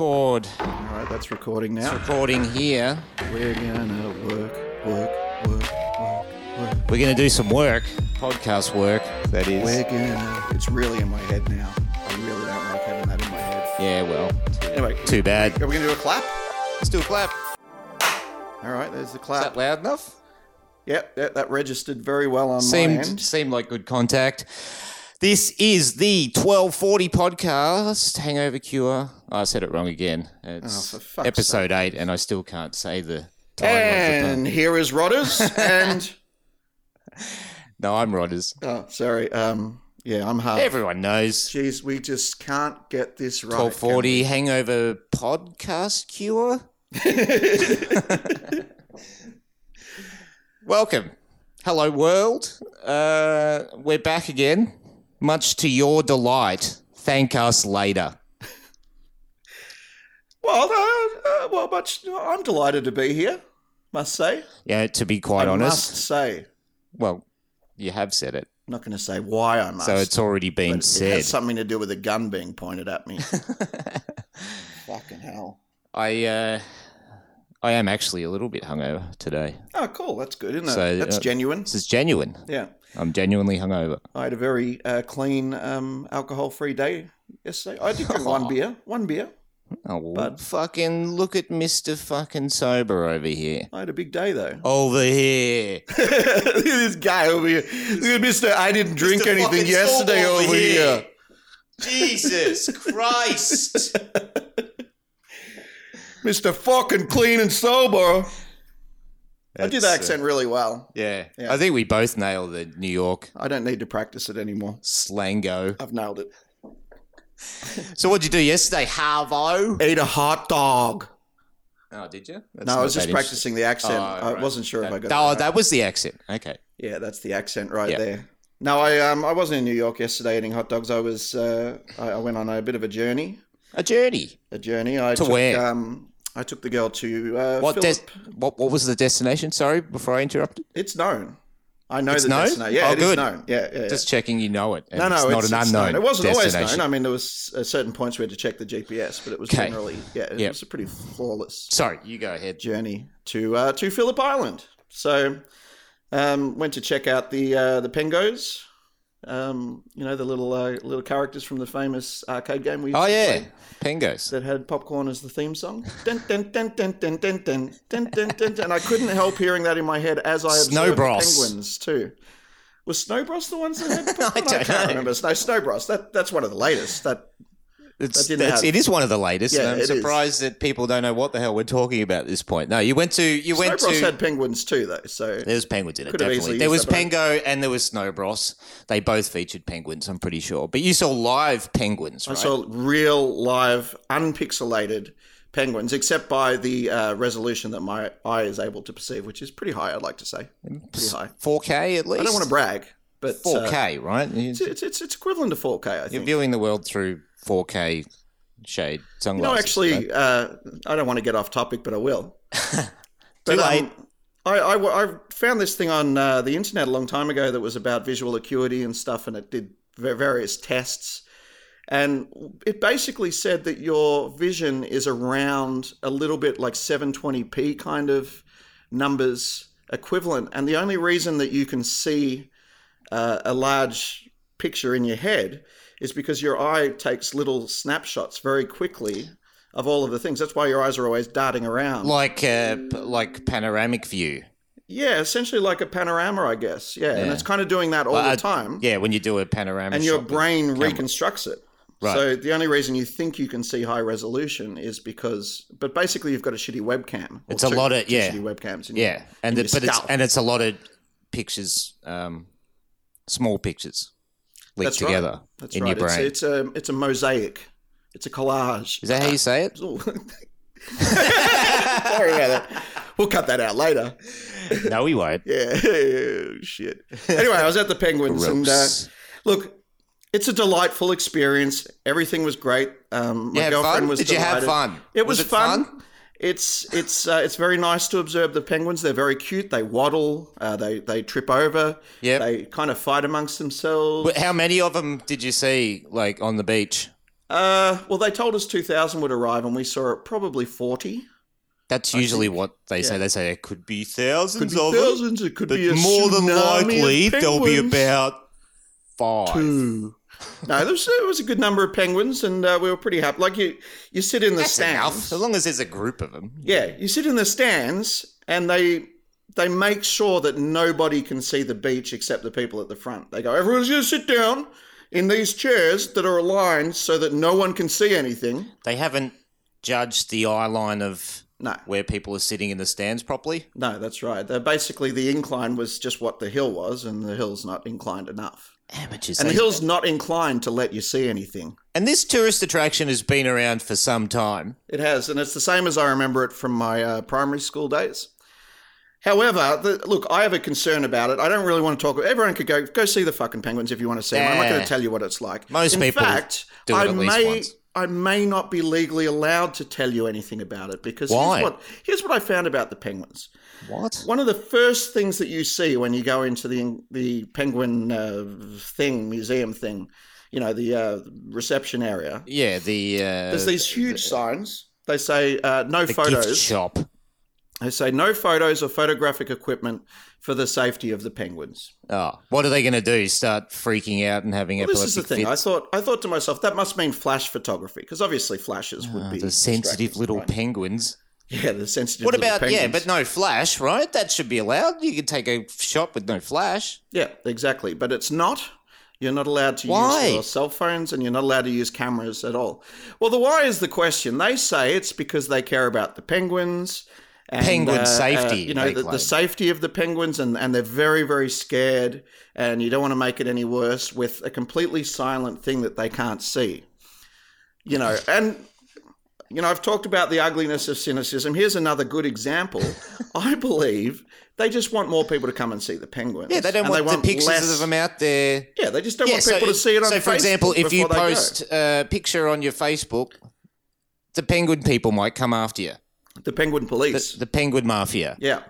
record. All right, that's recording It's now. recording here. We're gonna work, work, work, work, work. We're going to do some work, podcast work. That is. We're gonna. It's really in my head now. I really don't like having that in my head. Yeah, well, Anyway, too bad. are we gonna do a clap? Let's do a clap. All right, there's the Is clap. that loud enough? Yep, yep, that registered very well on my Seemed end. seemed like good contact. This is the 1240 podcast, Hangover Cure. Oh, I said it wrong again. It's for fuck's episode 8 and I still can't say the title of the And here is Rodders. and pod- No, I'm Rodders. oh, sorry. Um, yeah, I'm hard. Everyone knows. Jeez, we just can't get this right. 1240 Hangover Podcast Cure. Welcome. Hello, world. Uh, we're back again, much to your delight. Thank us later. Well, uh, uh, well, much. I'm delighted to be here. Must say. Yeah, to be quite I honest. must say. Well, you have said it, I'm not going to say why I must. so it's already been but It said. has something to do with a gun being pointed at me. Fucking hell. I, uh, I am actually a little bit hungover today. Oh, cool. That's good, isn't it? So, That's uh, genuine. This is genuine. Yeah. I'm genuinely hungover. I had a very uh, clean, um, alcohol free day yesterday. I did drink one beer. One beer. Oh, well, But- fucking look at Mister Fucking Sober over here. I had a big day, though. Over here. this guy over here. Look at Mr. I didn't drink Mr. anything fucking yesterday Sobo over, over here. here. Jesus Christ. Mr. fucking clean and sober. I do That's, the uh, accent really well. yeah. Yeah. I think we both nailed the New York I don't need to practice it anymore. slango. I've nailed it. So what'd you do yesterday, Harvo? Ate a hot dog. Oh, did you? That's no, I not was just that practicing the accent. Oh, I right. wasn't sure if I interesting. got. That, oh, that. right. that was the accent. Okay. Yeah, that's the accent right Yeah. there. No, I um I wasn't in New York yesterday eating hot dogs. I was uh, I, I went on a bit of a journey. A journey. A journey. I To took, where? Um, I took the girl to uh, What, Philip- des- what what was the destination? Sorry, before I interrupted. It's known. I know It's the known? destination. Yeah, Oh, it is good. known. Yeah, yeah. yeah. Just checking you know it. and no, no, it's not it's, an it's unknown. known. It wasn't always known. destination. I mean, there was uh, certain points we had to check the GPS, but it was Okay. generally yeah, it Yep. was a pretty flawless Sorry, you go ahead. journey to uh, to Phillip Island. So um, went to check out the uh, the Pengos. Um, you know the little uh, little characters from the famous arcade game we used Oh to yeah, play Pengos. that had popcorn as the theme song. dun, dun, dun, dun, dun, dun, dun, dun, dun, dun, dun. And I couldn't help hearing that in my head as I observed Snow the Bros. penguins too. Was Snow Bros the ones that had popcorn? I, don't can't know. remember. Snow, Snow Bros. That that's one of the latest. That It's, That didn't that's, have- it is one of the latest. and Yeah, it I'm is. surprised that people don't know what the hell we're talking about at this point. No, you went to you Snow went Bros to had penguins too though. So there was penguins in it Could have definitely. easily There used was that, but Pengo and there was Snow Bros. They both featured penguins, I'm pretty sure. But you saw live penguins, I right? saw real live unpixelated penguins, except by the uh, resolution that my eye is able to perceive, which is pretty high. I'd like to say pretty high. 4K at least. I don't want to brag, but uh, 4K, right? it's, it's it's it's equivalent to 4K. I You're think. viewing the world through 4K shade sunglasses. No, right? actually, uh, I don't want to get off topic, but I will. Too But, um, late. I, I- I found this thing on uh, the internet a long time ago that was about visual acuity and stuff, and it did va- various tests. And it basically said that your vision is around a little bit like 720p kind of numbers equivalent. And the only reason that you can see uh, a large picture in your head is because your eye takes little snapshots very quickly of all of the things. That's why your eyes are always darting around. like uh, p- like panoramic view. Yeah, essentially like a panorama, I guess. Yeah, and Yeah. it's kind of doing that all Well, I- the time, Yeah, when you do a panoramic and your shot with brain camera. reconstructs it. Right. So the only reason you think you can see high resolution is because, but basically you've got a shitty webcam. or It's a lot of- two yeah. shitty webcams. in your- Yeah, and in it, your but it's skull. and it's a lot of pictures, um, small pictures linked That's right. together That's in right. your brain. It's, it's a it's a mosaic. It's a collage. Is that how you say it? Ooh. Sorry about that. We'll cut that out later. no, we won't. Yeah, shit. Anyway, I was at the Penguins and. Uh, Gross. Look, it's a delightful experience. Everything was great. Um, You my had girlfriend fun? was. Did you have delighted. fun? It was, Was it fun. fun? It's it's uh, it's very nice to observe the penguins. They're very cute. They waddle. Uh, they they trip over. Yep. They kind of fight amongst themselves. But how many of them did you see, like on the beach? Uh, well, they told us 2000 would arrive, and we saw it probably 40. That's usually what they say. yeah. They say it could be thousands Could be of them, thousands. It could but be a more than tsunami of likely there'll be penguins. about five. two. No, there was, there was a good number of penguins, and uh, we were pretty happy. Like you, you sit in the That's enough, stands. so long as there's a group of them. Yeah, you sit in the stands, and they they make sure that nobody can see the beach except the people at the front. They go, everyone's going to sit down in these chairs that are aligned so that no one can see anything. They haven't judged the eye line of No, where people are sitting in the stands properly. no, that's right. They're basically the incline was just what the hill was, and the hill's not inclined enough. Amateurs. eh? And the they- hill's not inclined to let you see anything. and this tourist attraction has been around for some time. It has, and it's the same as I remember it from my uh, primary school days. However, the, look, I have a concern about it. I don't really want to talk. Everyone could go go see the fucking penguins if you want to see them. I'm not Yeah. going to tell you what it's like. Most In people fact, do it I at least may once. I may not be legally allowed to tell you anything about it because Why? Here's, what, here's what I found about the penguins. What? One of the first things that you see when you go into the the penguin uh, thing museum thing, you know, the uh, reception area, Yeah, the uh, there's these huge signs. They say uh, no the gift photos. shop. They say no photos or photographic equipment for the safety of the penguins. Oh, what are they going to do? Start freaking out and having Well, this epileptic is the thing. I fits? thought I thought to myself that must mean flash photography because obviously flashes would Oh, be the sensitive distracting, little right? penguins. yeah the sensitive. What little about yeah, penguins. but no flash, right? That should be allowed. You could take a shot with no flash. yeah exactly. But it's not. You're not allowed to Why? use your cell phones and you're not allowed to use cameras at all. Well, the why is the question. They say it's because they care about the penguins. And, uh, Penguin safety, you know, they the, the claim. safety of the penguins, and, and they're very, very scared, and you don't want to make it any worse with a completely silent thing that they can't see. You know, and, you know, I've talked about the ugliness of cynicism. Here's another good example. I believe they just want more people to come and see the penguins. Yeah, they don't and want the want pictures less- of them out there. yeah, they just don't yeah, want people so, to see it on so for example, Facebook if you before they go. post a picture on your Facebook, the penguin people might come after you. the penguin police. The, the penguin mafia. yeah.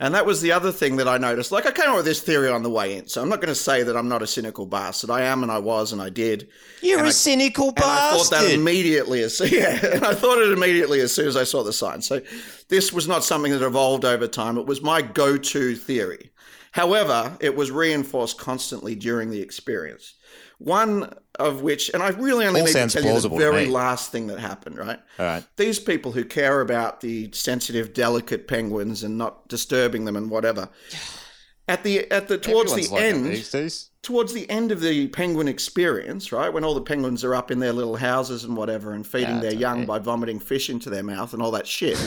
And that was the other thing that I noticed. Like, I came up with this theory on the way in, so I'm not going to say that I'm not a cynical bastard. I am, and I was, and I did. You're And a I- cynical And I bastard. thought that immediately as yeah, and I thought it immediately as soon as I saw the sign. So this was not something that evolved over time. It was my go-to theory. However, it was reinforced constantly during the experience. One of which, and I really only All need to sounds tell you the plausible to very me. last thing that happened, right? All right. these people who care about the sensitive, delicate penguins and not disturbing them and whatever. At the at the towards Everyone's the like that end, these days. towards the end of the penguin experience, right when all the penguins are up in their little houses and whatever, and feeding Yeah, their it's young by vomiting fish into their mouth and all that shit.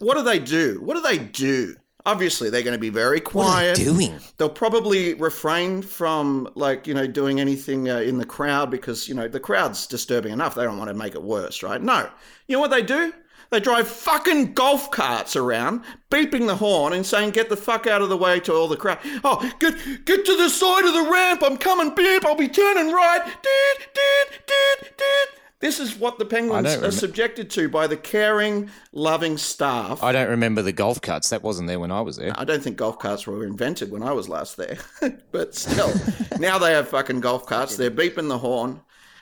what do they do? What do they do? Obviously, they're going to be very What are quiet they doing? they'll probably refrain from like you know doing anything uh, in the crowd because you know the crowd's disturbing enough they don't want to make it worse right no you know what they do they drive fucking golf carts around beeping the horn and saying get the fuck out of the way to all the crowd oh get get to the side of the ramp i'm coming beep i'll be turning right Doot, doot, doot, doot. this is what the penguins don't are remem- subjected to by the caring loving staff I don't remember the golf carts. That wasn't there when I was there. I don't think golf carts were invented when I was last there, but still, now they have fucking golf carts. They're beeping the horn,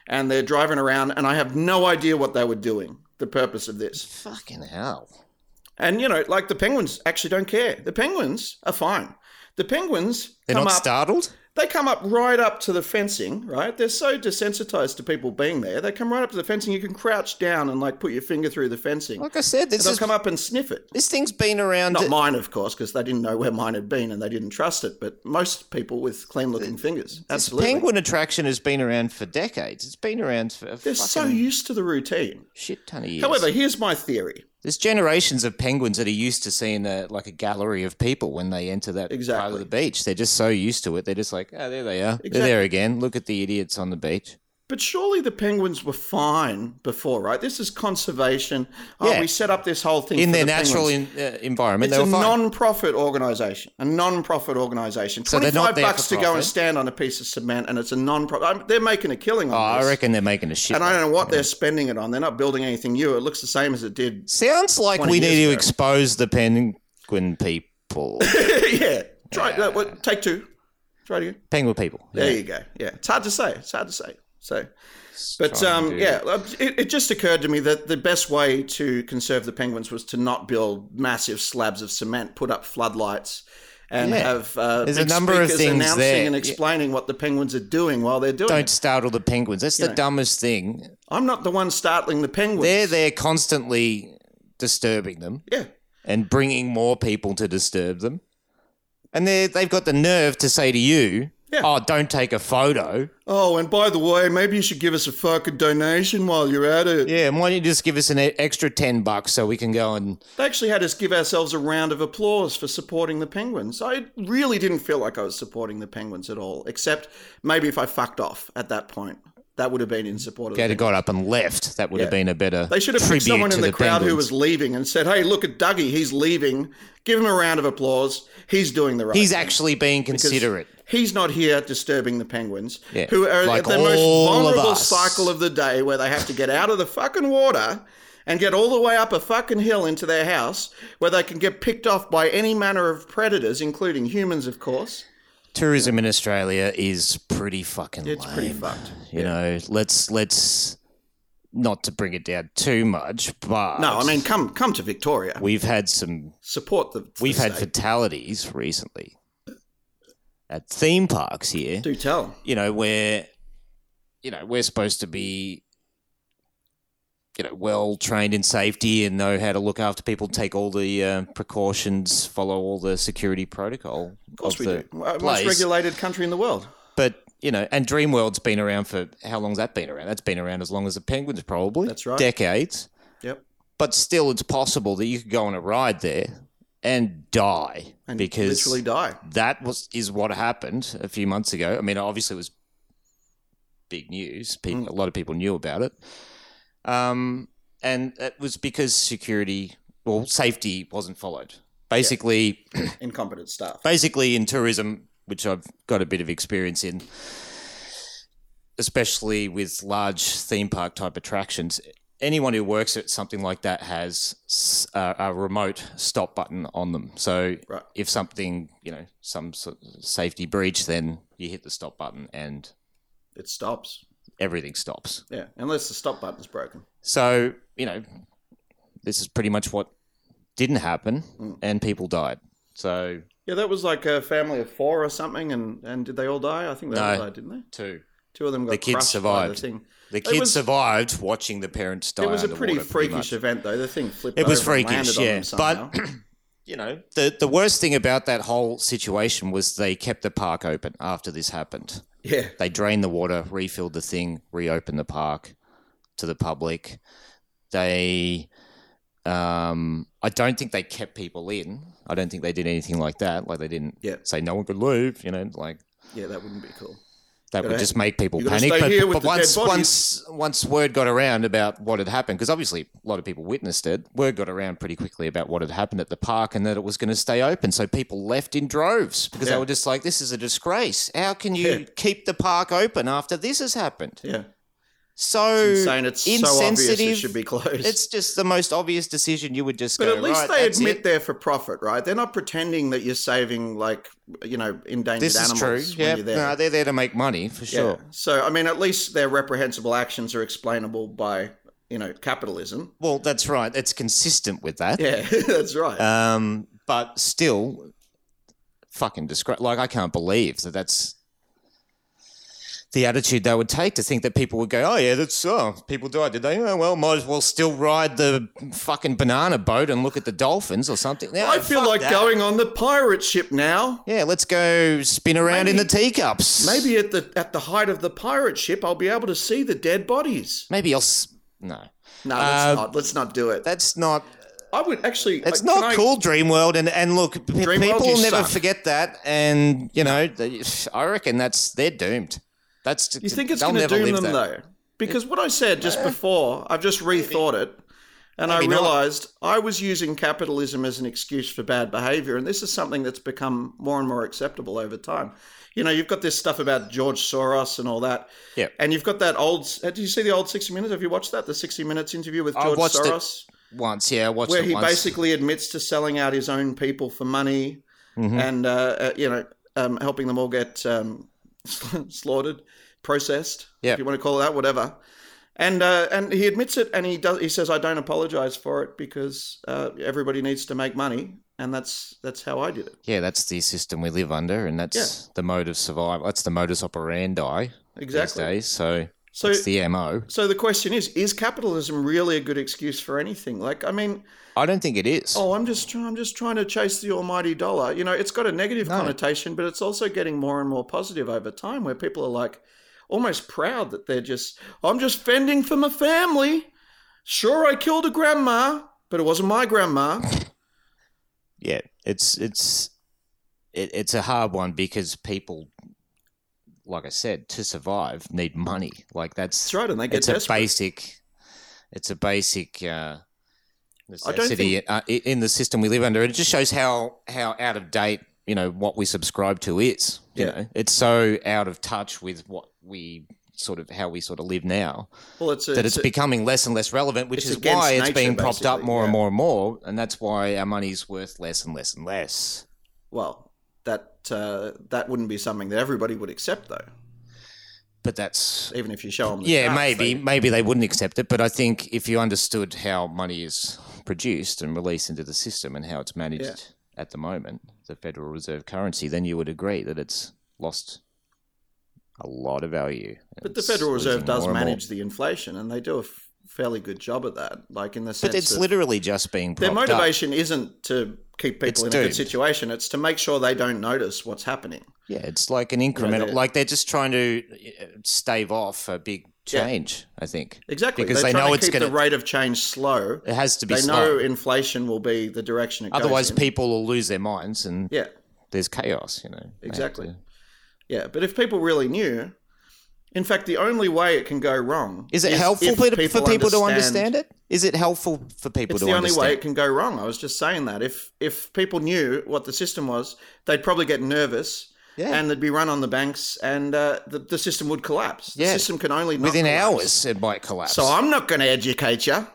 and they're driving around, and I have no idea what they were doing. The purpose of this, Fucking hell. and you know, like the penguins actually don't care. The penguins are fine. The penguins They're come not up. startled? they come up right up to the fencing. Right, they're so desensitized to people being there. They come right up to the fencing. You can crouch down and like put your finger through the fencing. Like I said, this, They'll is, come up and sniff it. this thing's been around. Not mine, of course, because they didn't know where mine had been and they didn't trust it. But most people with clean-looking fingers, this absolutely. penguin attraction has been around for decades. It's been around for a fucking They're so used to the routine. shit ton of years. However, here's my theory. There's generations of penguins that are used to seeing a, like a gallery of people when they enter that part of Exactly. the beach. They're just so used to it. They're just like, oh, there they are. They're Exactly. there again. Look at the idiots on the beach. But surely the penguins were fine before, right? This is conservation. Oh, Yeah. we set up this whole thing In for their the natural penguins. in, uh, environment, It's they a were fine. non-profit organisation. A non-profit organisation. So they're Twenty-five not there bucks for to go and profit. stand on a piece of cement, and it's a non-profit. I'm, they're making a killing Oh, on I this, reckon they're making a shit. and I don't know what they're spending it on. They're not building anything new. It looks the same as it did. Sounds like we 20 need years to ago. expose the penguin people. yeah, try uh, well, take two. Try it again. penguin people. There you go. Yeah, it's hard to say. It's hard to say. So, but trying um, to- yeah, it, it just occurred to me that the best way to conserve the penguins was to not build massive slabs of cement, put up floodlights, and Yeah. have uh, There's a big number of speakers things announcing there. and Yeah. explaining what the penguins are doing while they're doing Don't it. startle the penguins. That's the know. dumbest thing. I'm not the one startling the penguins. They're there constantly disturbing them yeah, and bringing more people to disturb them. And they they've got the nerve to say to you, Yeah. "Oh, don't take a photo." Oh, and by the way, maybe you should give us a fucking donation while you're at it. Yeah, and why don't you just give us an e- extra 10 bucks so we can go and They actually had us give ourselves a round of applause for supporting the Penguins. I really didn't feel like I was supporting the Penguins at all, except maybe if I fucked off at that point. That would have been in support of the get Penguins. got up and left. That would have been a better They should have tribute picked someone to in the, crowd who Penguins. was leaving and said, hey, look at Dougie, he's leaving. Give him a round of applause. He's doing the right He's thing. actually being considerate. He's not here disturbing the penguins, Yeah, who are like at the most all of vulnerable us. cycle of the day where they have to get out of the fucking water and get all the way up a fucking hill into their house where they can get picked off by any manner of predators, including humans, of course. Tourism in Australia is pretty fucking It's lame. pretty fucked. you know, let's let's not to bring it down too much, but No, I mean, come come to Victoria. we've had some Support the. the we've had state. fatalities recently at theme parks here. Do tell. you know, where you know, we're supposed to be you know, well trained in safety and know how to look after people, take all the uh, precautions, follow all the security protocol. Of course we the do. Most place. regulated country in the world. But you know, and Dreamworld's been around for how long's that been around? That's been around as long as the Penguins, probably. That's right. Decades. Yep. But still, it's possible that you could go on a ride there and die And because literally die. that was is what happened a few months ago. I mean, obviously it was big news. People, A lot of people knew about it, um, and it was because security, well, safety wasn't followed. Basically, Incompetent staff. basically in tourism, which I've got a bit of experience in, especially with large theme park type attractions. Anyone who works at something like that has s- uh, a remote stop button on them. So Right. if something, you know, some sort of safety breach, then you hit the stop button and It stops. everything stops. Yeah, unless the stop button's broken. So, you know, this is pretty much what didn't happen Mm. and people died. So, Yeah, that was like a family of four or something, and, and did they all die? I think they all No. died, didn't they? two. Two of them got The kids crushed by the survived. thing. The kids was- survived watching the parents die. it was a underwater, pretty freakish much. event, though. The thing flipped. It was over and landed freakish, on them yeah. somehow. But you know, the the worst thing about that whole situation was they kept the park open after this happened. yeah, They drained the water, refilled the thing, reopened the park to the public. They, um, I don't think they kept people in. I don't think they did anything like that. Like they didn't Yeah. say no one could leave. You know, like yeah, that wouldn't be cool. that Gotta- would just make people you gotta panic. stay But, here but with the once, dead bodies. once, once word got around about what had happened, because obviously a lot of people witnessed it, word got around pretty quickly about what had happened at the park and that it was going to stay open. So people left in droves because Yeah. they were just like, "This is a disgrace. How can you Yeah. keep the park open after this has happened?" Yeah, So saying it's so insensitive. obvious it should be closed. It's just the most obvious decision you would just but go. at least "Right, they that's admit it. they're for profit, right? They're not pretending that you're saving like you know endangered this is animals true. when Yeah, you're there. no, they're there to make money for Yeah. sure. So I mean, at least their reprehensible actions are explainable by you know capitalism. Well, that's right. It's consistent with that. Yeah, that's right. Um, but still, fucking disgrace. Like, I can't believe that that's the attitude they would take to think that people would go, oh, yeah, that's oh, people died, did they? Oh, well, might as well still ride the fucking banana boat and look at the dolphins or something. No, I feel fuck like that. going on the pirate ship now. Yeah, let's go spin around in the teacups. Maybe at the at the height of the pirate ship, I'll be able to see the dead bodies. Maybe I'll. S- no. No, let's Uh, not. Let's not do it. That's not. I would actually. It's uh, not can I- cool, Dream World, and and look, p- Dream people World, you will never suck. forget that, and you know, they- I reckon that's they're doomed. That's you think it's they'll going to never doom live that. them though? Because what I said just before, I've just rethought it, and I Maybe not. realised I was using capitalism as an excuse for bad behaviour, and this is something that's become more and more acceptable over time. You know, you've got this stuff about George Soros and all that. Yeah. And you've got that old. Did you see the old 60 Minutes? Have you watched that? The 60 Minutes interview with I George watched it. Soros? Once, yeah, I watched where it he once. basically admits to selling out his own people for money Mm-hmm. and uh, uh, you know um, helping them all get um, slaughtered processed, Yeah. if you want to call it that, whatever. And uh, and he admits it, and he does. He says, "I don't apologize for it because uh, everybody needs to make money, and that's that's how I did it." Yeah, that's the system we live under, and that's the mode of survival. That's the modus operandi these Exactly. days. So, So it's the mo. so the question is: Is capitalism really a good excuse for anything? Like, I mean, I don't think it is. oh, I'm just trying, I'm just trying to chase the almighty dollar. You know, it's got a negative No. connotation, but it's also getting more and more positive over time, where people are like almost proud that they're just, I'm just fending for my family. Sure, I killed a grandma, but it wasn't my grandma. Yeah, it's it's it, it's a hard one because people, like I said, to survive need money. Like that's That's right, and they get it's a desperate. basic it's a basic uh, don't necessity uh, i- in the system we live under and it just shows how how out of date you know what we subscribe to is you Yeah. know it's so out of touch with what we sort of how we sort of live now Well, it's a, that it's it's a- becoming less and less relevant which it's is against why it's nature, being propped up basically, more and yeah. more and more and that's why our money's worth less and less and less well that uh, that wouldn't be something that everybody would accept, though. but that's Even if you show them, the yeah charts, maybe they- maybe they wouldn't accept it but i think if you understood how money is produced and released into the system and how it's managed at the moment the federal reserve currency then you would agree that it's lost a lot of value But the It's Federal Reserve losing does more and more. manage the inflation, and they do a f- fairly good job at that. Like in the sense, but it's of- literally just being their propped up. motivation isn't to keep people It's in a doomed. good situation; it's to make sure they don't notice what's happening. yeah it's like an incremental they're- like they're just trying to uh, stave off a big Yeah. change i think Exactly, Because They're they trying know to it's keep gonna- the rate of change slow. it has to be They know slow inflation will be the direction it goes. otherwise in. people will lose their minds and yeah, there's chaos you know They have Exactly. to- yeah. But if people really knew, in fact, the only way it can go wrong Is it helpful if pe- for people to understand it? Is it helpful for people It's to the only understand? way it can go wrong. I was just saying that if if people knew what the system was, they'd probably get nervous, Yeah. and they'd be run on the banks, and uh, the, the system would collapse. The Yeah. system can only not Within collapse. hours, it might collapse. So I'm not going to educate you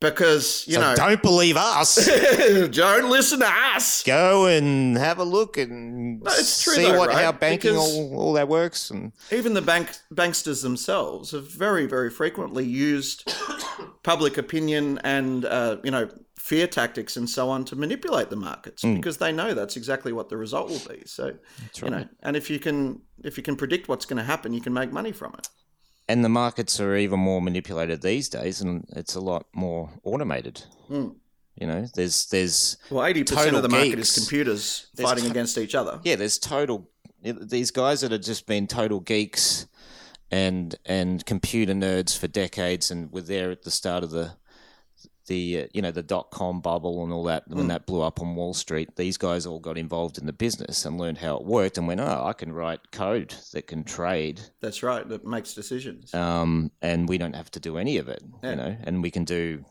because you So know don't believe us. don't. listen to us. go and have a look and No, it's true see though, what right? how banking Because- all, all that works. And Even the bank banksters themselves have very very frequently used public opinion and uh, you know fear tactics and so on to manipulate the markets Mm. because they know that's exactly what the result will be. So. That's you know right. and if you can if you can predict what's going to happen you can make money from it and the markets are even more manipulated these days, and it's a lot more automated. Mm. You know, there's there's well 80% Total of the market geeks. is computers There's fighting co- against each other yeah, there's total these guys that have just been total geeks and and computer nerds for decades, and were there at the start of the the uh, you know the dot com bubble and all that when that blew up on Wall Street. These guys all got involved in the business and learned how it worked, and went, oh, I can write code that can trade, that's right that makes decisions um, and we don't have to do any of it, Yeah. you know, and we can do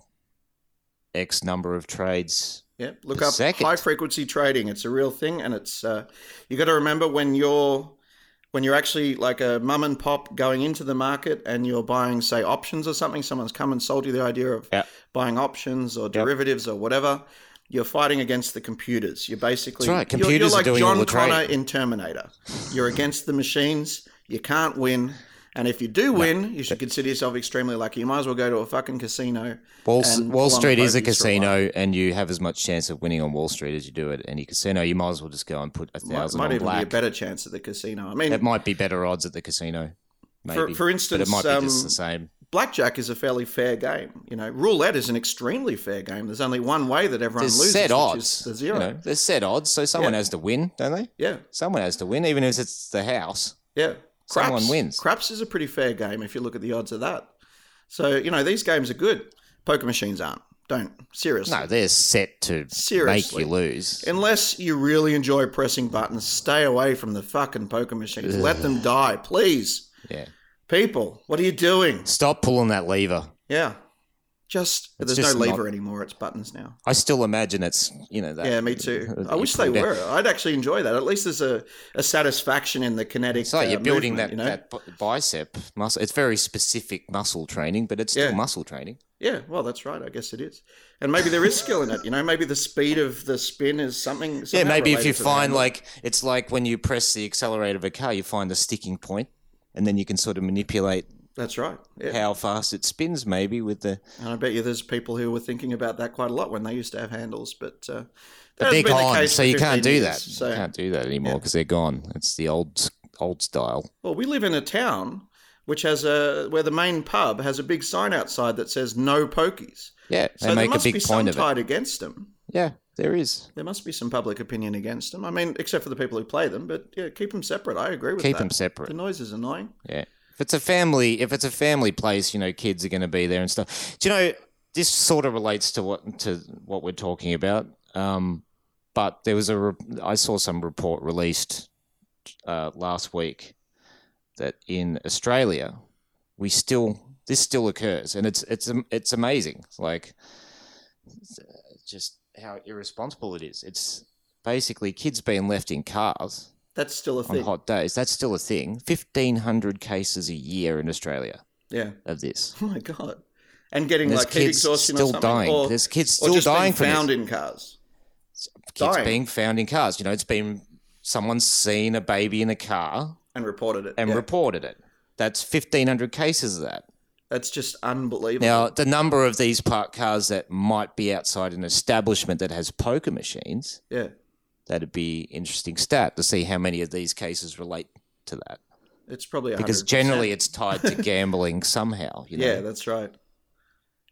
x number of trades. yeah look The up second- high frequency trading it's a real thing and it's uh, you got to remember when you're when you're actually like a mum and pop going into the market and you're buying say options or something someone's come and sold you the idea of Yeah. buying options or derivatives or whatever you're fighting against the computers. You're basically That's right. you're- you're, Computers are like doing all John the trading. Connor in Terminator. You're against the machines. You can't win. And if you do win, you should consider yourself extremely lucky. You might as well go to a fucking casino. Wall, and Wall pull on Street is a pokies for while. casino, and you have as much chance of winning on Wall Street as you do at any casino. You might as well just go and put a Might, thousand might on even be a black. better chance at the casino. I mean, it might be better odds at the casino, maybe. for, for but it instance, might be just um, the same. blackjack is a fairly fair game. You know, roulette is an extremely fair game. There's only one way that everyone There's loses, set which odds. is the zero. You know, there's set odds, so someone has to win, don't they? Yeah, Someone has to win, even if it's the house. Yeah. Someone wins. Craps is a pretty fair game if you look at the odds of that. So, you know, these games are good. Poker machines aren't. Don't. Seriously. No, they're set to Seriously. make you lose. Unless you really enjoy pressing buttons, stay away from the fucking poker machines. Let them die, please. yeah. People, what are you doing? Stop pulling that lever. Yeah. Just, It's there's just no not- lever anymore. It's buttons now. I still imagine it's you know that. Yeah, me too. I you wish pull they down- were. I'd actually enjoy that. At least there's a, a satisfaction in the kinetic. It's like uh, you're building movement, that, you know? that b- bicep muscle. It's very specific muscle training, but it's still Yeah. muscle training. Yeah, well, that's right. I guess it is, and maybe there is skill in it. You know, maybe the speed of the spin is something. Yeah, somehow maybe if related you to the find handle. like it's like when you press the accelerator of a car, you find the sticking point. and then you can sort of manipulate That's right. Yeah. how fast it spins, maybe with the. And I bet you there's people who were thinking about that quite a lot when they used to have handles, but, But uh, that they're hasn't been the gone, case so for you can't 15 do years, that. You can't do that anymore because they're gone. It's the old old style. Well, we live in a town which has a where the main pub has a big sign outside that says no pokies. Yeah, they so there make a must big be point some of it. tide against them. Yeah, there is. There must be some public opinion against them. I mean, except for the people who play them, but yeah, keep them separate. I agree with Keep that. them separate. The noise is annoying. Yeah. If it's a family, if it's a family place, you know, kids are going to be there and stuff. Do you know? This sort of relates to what to what we're talking about. Um, but there was a re- I saw some report released uh, last week that in Australia we still this still occurs, and it's it's am- it's amazing. Like it's, uh, just how irresponsible it is. It's basically kids being left in cars That's still a on thing. hot days. That's still a thing. Fifteen hundred cases a year in Australia Yeah. of this. Oh my god. And getting And there's like heat kids exhaustion or still something, dying. or, there's kids or still just dying being from found this. in cars. Kids dying. being found in cars. You know, it's been someone's seen a baby in a car And reported it. and Yeah. reported it. That's fifteen hundred cases of that. That's just unbelievable. Now, the number of these parked cars that might be outside an establishment that has poker machines, yeah. that'd be interesting stat to see how many of these cases relate to that. It's probably Because 100%. generally it's tied to gambling somehow. You know? Yeah, that's right.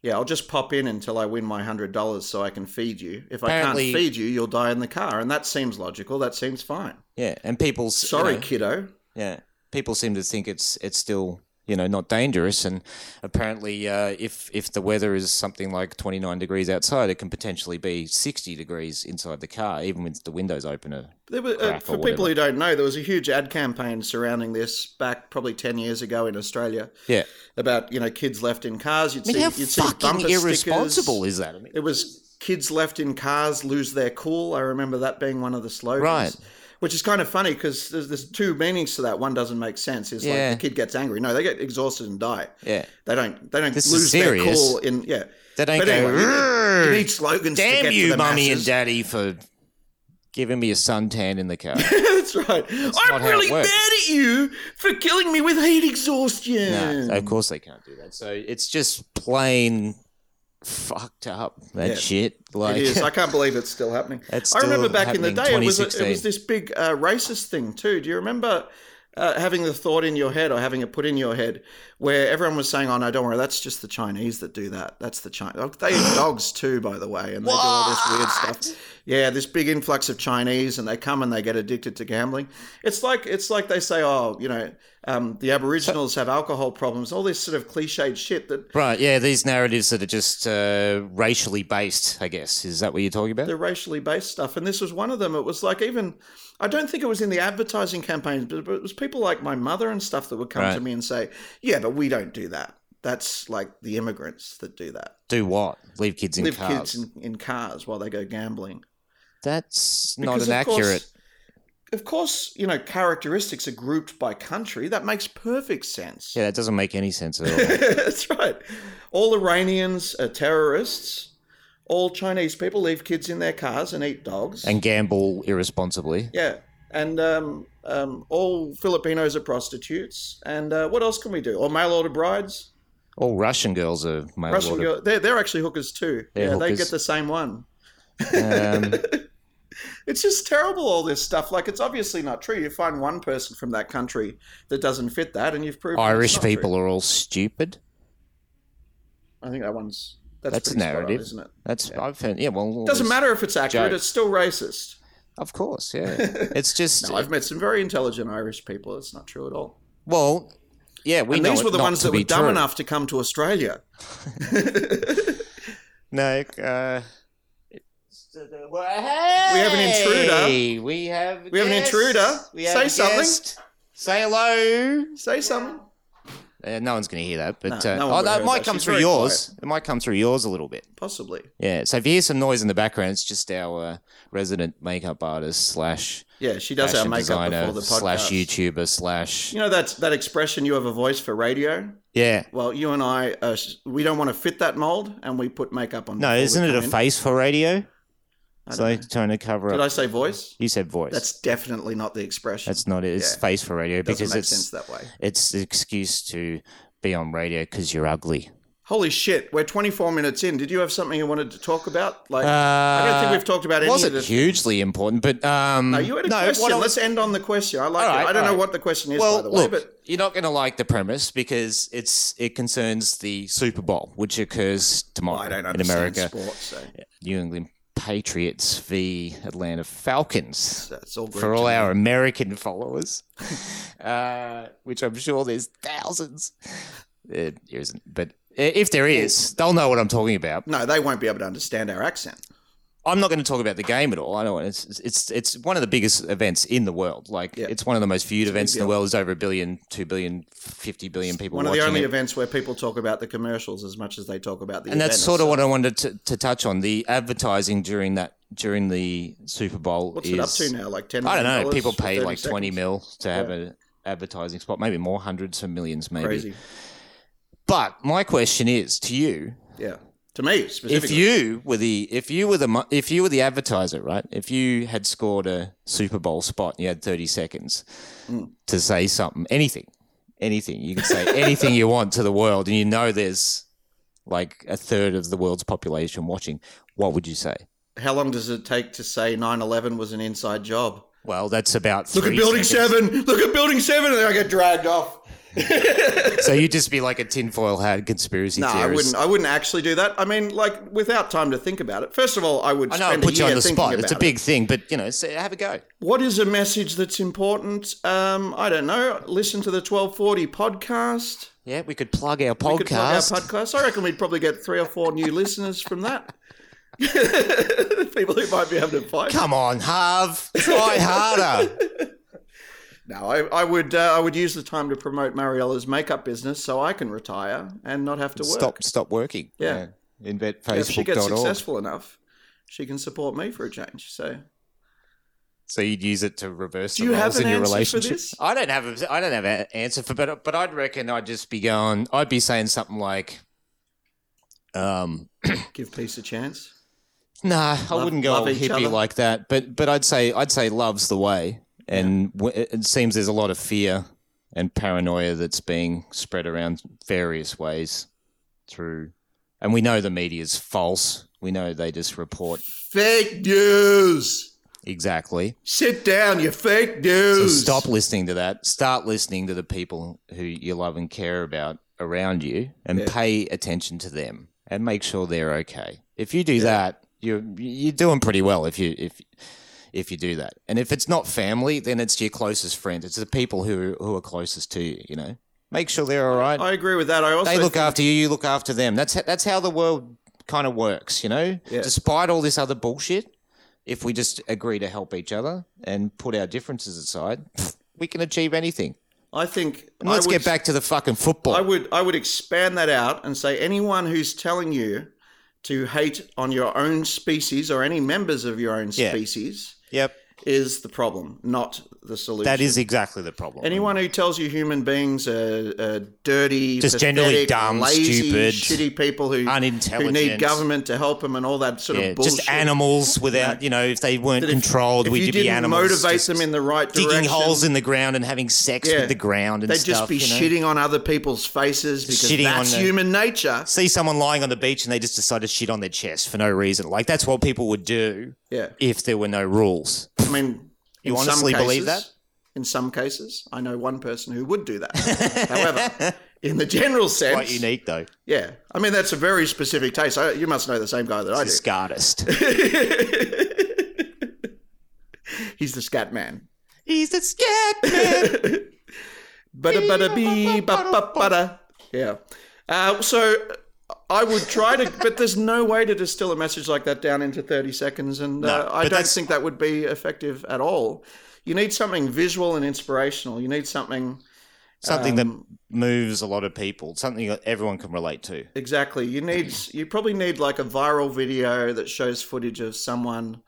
Yeah, I'll just pop in until I win my hundred dollars so I can feed you. If I Apparently- can't feed you, you'll die in the car, and that seems logical. That seems fine. Yeah, and people. s- you Sorry, know, kiddo. yeah, people seem to think it's it's still you know not dangerous, and apparently, uh, if if the weather is something like twenty nine degrees outside, it can potentially be sixty degrees inside the car, even with the windows open. uh, There were, uh, Crack for or people who don't know, there was a huge ad campaign surrounding this back probably ten years ago in Australia Yeah, about you know kids left in cars. You'd I mean, see how you'd see bumper fucking irresponsible stickers. is that? I mean, It was kids left in cars lose their cool. I remember that being one of the slogans. Right. Which is kind of funny because there's, there's two meanings to that. One doesn't make sense. It's Yeah. like the kid gets angry. No, they get exhausted and die. yeah, They don't. They don't This is lose their serious. cool in yeah. they don't But go. anyway, you- "Rrrr, You need slogans to Damn get to you, the mummy and masses. daddy, for giving me a suntan in the car. That's right. not I'm how it really mad works. at you for killing me with heat exhaustion. No, of course they can't do that. So it's just plain fucked up that Yeah. shit. Like it is. I can't believe it's still happening. That's I remember still back in the happening, day, it was, a, it 2016. was this big uh, racist thing too. Do you remember uh, having the thought in your head or having it put in your head where everyone was saying, "Oh no, don't worry, that's just the Chinese that do that. That's the Chinese. They eat dogs too, by the way, and they do all this weird stuff." Yeah, this big influx of Chinese, and they come and they get addicted to gambling. It's like it's like they say, "Oh, you know, um, the Aboriginals have alcohol problems." All this sort of cliched shit that Right, yeah, these narratives that are just uh, racially based, I guess. Is that what you're talking about? the racially based stuff. And this was one of them. It was like even I don't think it was in the advertising campaigns, but but it was people like my mother and stuff that would come to Right. me and say, "Yeah, but we don't do that. That's like the immigrants that do that. Do what? Leave kids in Live cars. kids in, in cars while they go gambling. That's not Because an of course- accurate. of course, you know characteristics are grouped by country. That makes perfect sense. Yeah, that doesn't make any sense at all. That's right. All Iranians are terrorists. All Chinese people leave kids in their cars and eat dogs. and gamble irresponsibly. Yeah, and um, um, all Filipinos are prostitutes. And uh, what else can we do? Or mail order brides. All Russian girls are male Russian order. girl, they're, they're actually hookers too. They're yeah, they hookers. get the same one. Um, It's just terrible, all this stuff. Like, it's obviously not true. You find one person from that country that doesn't fit that, and you've proven it's Irish not true. people are all stupid. I think that one's that's, That's a pretty spot on, narrative. isn't it? That's I've heard. Yeah, well, all Doesn't this- matter if it's accurate; Joke. it's still racist. Of course, yeah. It's just No, I've met some very intelligent Irish people. It's not true at all. well, yeah. We And know these it were the not ones to that were be dumb true. enough to come to Australia. No. Uh, we have an intruder. We have We have an intruder. Say something. Say hello. Say something. Uh, no one's going to hear that, but No, uh, no one oh, would've that heard might that. come She's through very yours. It might come through yours a little bit. Possibly. Yeah. So if you hear some noise in the background, it's just our uh, resident makeup artist slash Yeah, she does our fashion makeup designer before the podcast. slash YouTuber slash You know that that expression you have a voice for radio? yeah. Well, you and I uh, we don't want to fit that mold and we put makeup on. No, before we isn't it come a in. face for radio? I So don't they're know. trying to cover Did up. I say voice? you said voice. That's, That's definitely not the expression. not it. It's yeah. face for radio Doesn't because make it's sense that way. it's the excuse to be on radio because you're ugly. Holy shit! We're 24 minutes in. Did you have something you wanted to talk about? Like, Uh, I don't think we've talked about any of wasn't this. hugely important, but um, Are you had a no, question? what I was- Let's end on the question. I like All right, it. I don't all know right. what the question is, by well, the way, look, but you're not going to like the premise because it's it concerns the Super Bowl, which occurs tomorrow I don't in understand America. sports, so New England Patriots v Atlanta Falcons. that's all Greek for all to me. our American followers, uh, which I'm sure there's thousands. There isn't, but if there is, they'll know what I'm talking about. No, they won't be able to understand our accent. I'm not going to talk about the game at all. I don't. want- It's it's it's one of the biggest events in the world. Like Yeah. it's one of the most viewed events in the deal. world. There's over a billion, two billion, fifty billion people One of watching the only it. events where people talk about the commercials as much as they talk about the and event that's sort of itself. what I wanted to, to touch on. The advertising during that during the Super Bowl What's is it up to now? Like ten. I don't know. million People for pay 30 like twenty seconds? mil to have an advertising spot, maybe more, hundreds of millions, maybe. Crazy. But my question is to you: Yeah. To me If specifically. you were the if you were the mo- if you were the advertiser, right? If you had scored a Super Bowl spot, and you had thirty seconds Mm. to say something, anything, anything. You can say anything you want to the world, and you know there's like a third of the world's population watching. What would you say? How long does it take to say 9/11 was an inside job? Well, that's about Look at three Building seconds. Seven. Look at Building Seven, and then I get dragged off. So you'd just be like a tinfoil hat conspiracy No, I theorist. wouldn't. I wouldn't actually do that. I mean, like without time to think about it. First of all, I would. I know I spend a put you on year the thinking spot. It's a about it. big thing, but you know, say, have a go. What is a message that's important? Um, I don't know. Listen to the 1240 podcast. Yeah, we could plug our We could plug our podcast. podcast. I reckon we'd probably get three or four new listeners from that. People who might be having to fight. Come on, Harv, try harder. No, I, I would. Uh, I would use the time to promote Mariella's makeup business, so I can retire and not have to work. Stop, stop working. Yeah. yeah. Invent If she gets Facebook.org. successful enough, she can support me for a change. So So you'd use it to reverse Do the you roles have an in your answer for relationship. this? I don't have a, I don't have an answer for, but but I'd reckon I'd just be going. I'd be saying something like, um, give peace a chance. Nah, I Love- wouldn't go love all each hippie other. like that. But but I'd say I'd say love's the way, and w- it it seems there's a lot of fear and paranoia that's being spread around various ways through, and we know the media's false. We know they just report Fake news. exactly. Sit down, you fake So news. stop listening to that. Start listening to the people who you love and care about around you, and Yeah. pay attention to them, and make sure they're okay. If you do that, you're you're doing pretty well. If you if if you do that, and if it's not family, then it's your closest friend. It's the people who who are closest to you. You know, make sure they're all right. I agree with that. I also they look think- after you. You look after them. That's ho- that's how the world kind of works. You know, Yeah. despite all this other bullshit, if we just agree to help each other and put our differences aside, we can achieve anything. I think. And let's I would, get back to the fucking football. I would. I would expand that out and say anyone who's telling you to hate on your own species or any members of your own Yeah. species yep, is the problem, not the solution. that is exactly the problem. Anyone who tells you human beings are, are dirty, Just generally pathetic, dumb, lazy, stupid, shitty people who who unintelligent. need government to help them and all that sort Yeah, of bullshit. just animals without you know if they weren't That if- controlled, If we'd be you didn't animals. motivate just them in the right digging direction, holes in the ground and having sex Yeah. with the ground and they'd stuff. just be you know? shitting on other people's faces because shitting on that's the- human nature. see someone lying on the beach and they just decide to shit on their chest for no reason. Like that's what people would do Yeah, if there were no rules. I mean, You in some honestly believe cases- that? In some cases, I know one person who would do that. However, in the general sense, Quite unique though. yeah, I mean that's a very specific taste. I, you must know the same guy that I The do. scardist. He's the scat man. He's a scat man. Bada bada bee ba ba bada. Yeah. Uh, so I would try to, but there's no way to distill a message like that down into 30 seconds, and No, uh, but I don't that's- think that would be effective at all. You need something visual and inspirational. You need something Something um, that moves a lot of people. Something that everyone can relate to. Exactly. You need you probably need like a viral video that shows footage of someone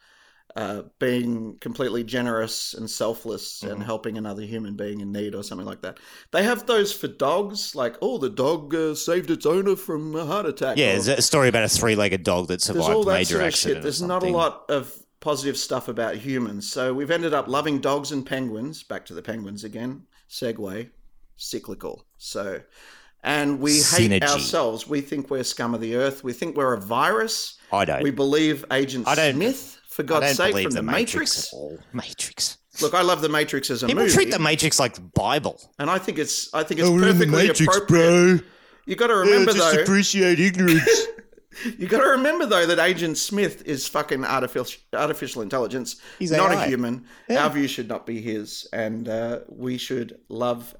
uh, being completely generous and selfless and helping another human being in need or something like that. They have those for dogs, like oh, the dog uh, saved its owner from a heart attack. Yeah, or- there's a story about a three-legged dog that there's survived all that major sort of accident. shit. or There's not a something. lot of positive stuff about humans. So we've ended up loving dogs and penguins. Back to the penguins again. Segue, cyclical. So, and we hate Synergy. ourselves. We think we're scum of the earth. We think we're a virus. I don't. We believe Agent I don't- Smith, for I God's don't sake, believe from the Matrix. at all. Matrix. Look, I love the Matrix as a People movie, treat the Matrix like the Bible. and I think it's I Oh, think it's perfectly appropriate. You got to remember though. appreciate ignorance. You got to remember though that Agent Smith is fucking artificial artificial intelligence, He's not a AI. human. Yeah. Our view should not be his, and uh, we should love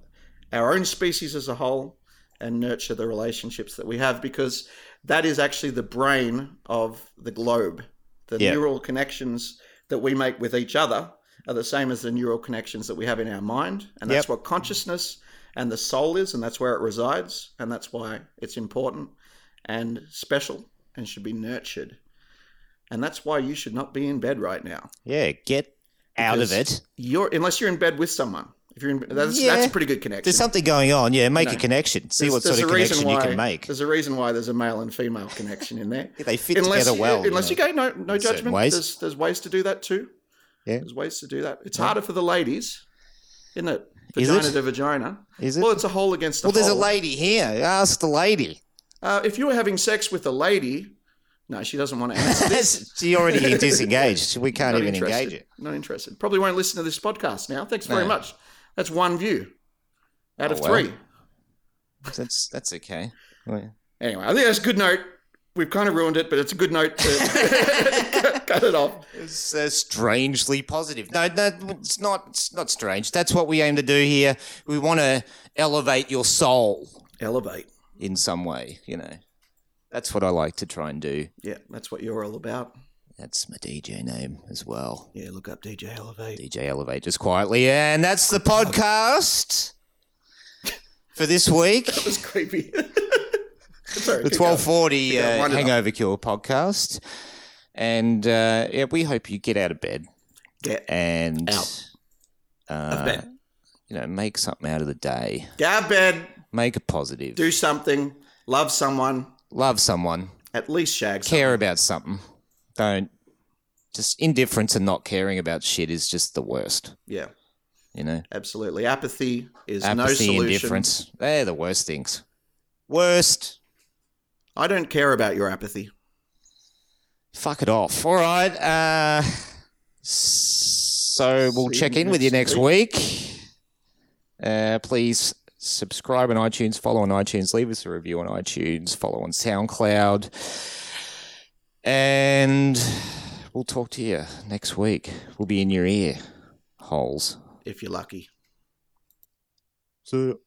our own species as a whole and nurture the relationships that we have because that is actually the brain of the globe. The Yeah. neural connections that we make with each other are the same as the neural connections that we have in our mind, and that's Yep. what consciousness and the soul is, and that's where it resides, and that's why it's important and special and should be nurtured. And that's why you should not be in bed right now. yeah, get out Because of it. You're unless you're in bed with someone. If you're in that's, Yeah. that's a pretty good connection. There's something going on. Yeah, make No. a connection. See There's- what there's sort of a reason connection you can make. There's a reason why there's a male and female connection in there. They fit together you, well. Unless you know. go no no in certain judgment. ways. There's there's ways to do that too. Yeah. There's ways to do that. It's Yeah. harder for the ladies, isn't it? Is Vagina it? to vagina. Is it? Well, Well, it's a hole against a there's a hole. lady here. Ask the lady. uh, if you were having sex with a lady, no, she doesn't want to answer this. she already disengaged. We can't Not even interested. engage it. Not interested. Probably won't listen to this podcast now. Thanks No. very much. That's one view out Oh, of well. three. That's that's okay. Well, Anyway, I think that's a good note. We've kind of ruined it, but it's a good note to cut- cut it off. It's uh, strangely positive. No, no, it's not. It's not strange. That's what we aim to do here. We want to elevate your soul Elevate. in some way. You know, that's what I like to try and do. Yeah, that's what you're all about. That's my DJ name as well. Yeah, look up DJ Elevate. DJ Elevate just quietly, and that's the podcast for this week. That was creepy. Sorry, The keep twelve forty Keep going. uh, Wind it up. Hangover Cure podcast, and uh, yeah, we hope you get out of bed going. Get and Out uh, out of bed. you know, make something out of the day. Get out of bed. Make a positive. Do something. Love someone. Love someone. At least shag someone. Care about something. Don't just indifference and not caring about shit is just the worst. Yeah, You know, absolutely. Apathy is no apathy, solution. indifference. They're the worst things. Worst. I don't care about your apathy. Fuck it off. All right. Uh, so we'll See check you in with you next next week. Uh, please subscribe on iTunes, follow on iTunes, leave us a review on iTunes, follow on SoundCloud. And we'll talk to you next week. We'll be in your ear holes. if you're lucky. So.